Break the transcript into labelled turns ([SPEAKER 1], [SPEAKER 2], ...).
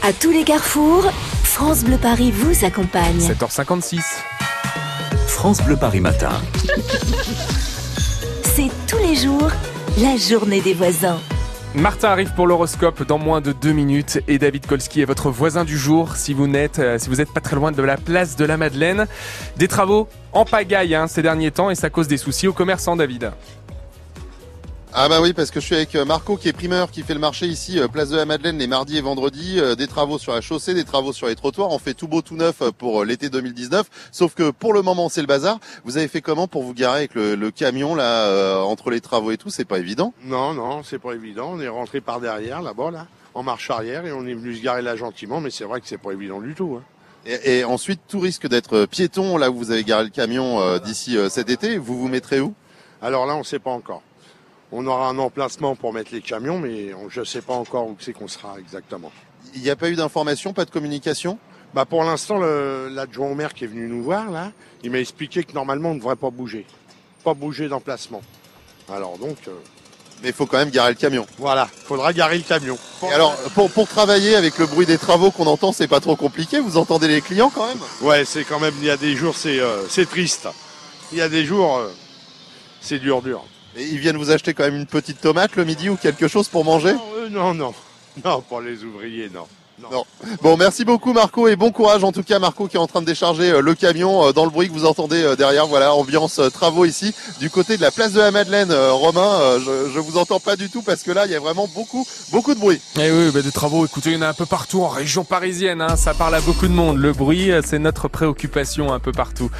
[SPEAKER 1] À tous les carrefours, France Bleu Paris vous accompagne.
[SPEAKER 2] 7h56.
[SPEAKER 3] France Bleu Paris Matin.
[SPEAKER 1] C'est tous les jours la journée des voisins.
[SPEAKER 2] Martin arrive pour l'horoscope dans moins de deux minutes et David Kolski est votre voisin du jour si vous n'êtes euh, si vous êtes pas très loin de la place de la Madeleine. Des travaux en pagaille hein, ces derniers temps et ça cause des soucis aux commerçants David.
[SPEAKER 4] Ah bah oui, parce que je suis avec euh, Marco qui est primeur, qui fait le marché ici, euh, place de la Madeleine, les mardis et vendredis, euh, des travaux sur la chaussée, des travaux sur les trottoirs, on fait tout beau, tout neuf euh, pour euh, l'été 2019, sauf que pour le moment c'est le bazar. Vous avez fait comment pour vous garer avec le, le camion là, euh, entre les travaux et tout, c'est pas évident.
[SPEAKER 5] Non, non, c'est pas évident. On est rentré par derrière, là-bas, là, en marche arrière, et on est venu se garer là gentiment, mais c'est vrai que c'est pas évident du tout. Hein.
[SPEAKER 4] Et, et ensuite, tout risque d'être euh, piéton, là où vous avez garé le camion euh, d'ici euh, cet été, vous vous mettrez où
[SPEAKER 5] Alors là, on sait pas encore. On aura un emplacement pour mettre les camions, mais on, je sais pas encore où c'est qu'on sera exactement.
[SPEAKER 4] Il n'y a pas eu d'information, pas de communication
[SPEAKER 5] Bah pour l'instant, le- l'adjoint au maire qui est venu nous voir, là, il m'a expliqué que normalement, on ne devrait pas bouger. Pas bouger d'emplacement. Alors donc, euh,
[SPEAKER 4] mais il faut quand même garer le camion.
[SPEAKER 5] voilà, faudra garer le camion.
[SPEAKER 4] Et alors, pour, pour travailler avec le bruit des travaux qu'on entend, c'est pas trop compliqué. Vous entendez les clients quand même
[SPEAKER 5] Ouais, c'est quand même, il y a des jours, c'est euh, c'est triste. Il y a des jours, euh, c'est dur, dur.
[SPEAKER 4] Et ils viennent vous acheter quand même une petite tomate le midi ou quelque chose pour manger
[SPEAKER 5] non, euh, non, non, non, pour les ouvriers, non.
[SPEAKER 4] Bon, merci beaucoup Marco et bon courage en tout cas Marco qui est en train de décharger euh, le camion euh, dans le bruit que vous entendez euh, derrière. Voilà, ambiance euh, travaux ici du côté de la place de la Madeleine. Euh, Romain, euh, je, je vous entends pas du tout parce que là, il y a vraiment beaucoup, beaucoup de bruit.
[SPEAKER 2] Eh oui, bah, des travaux, écoutez, il y en a un peu partout en région parisienne, hein, ça parle à beaucoup de monde. Le bruit, euh, c'est notre préoccupation un peu partout.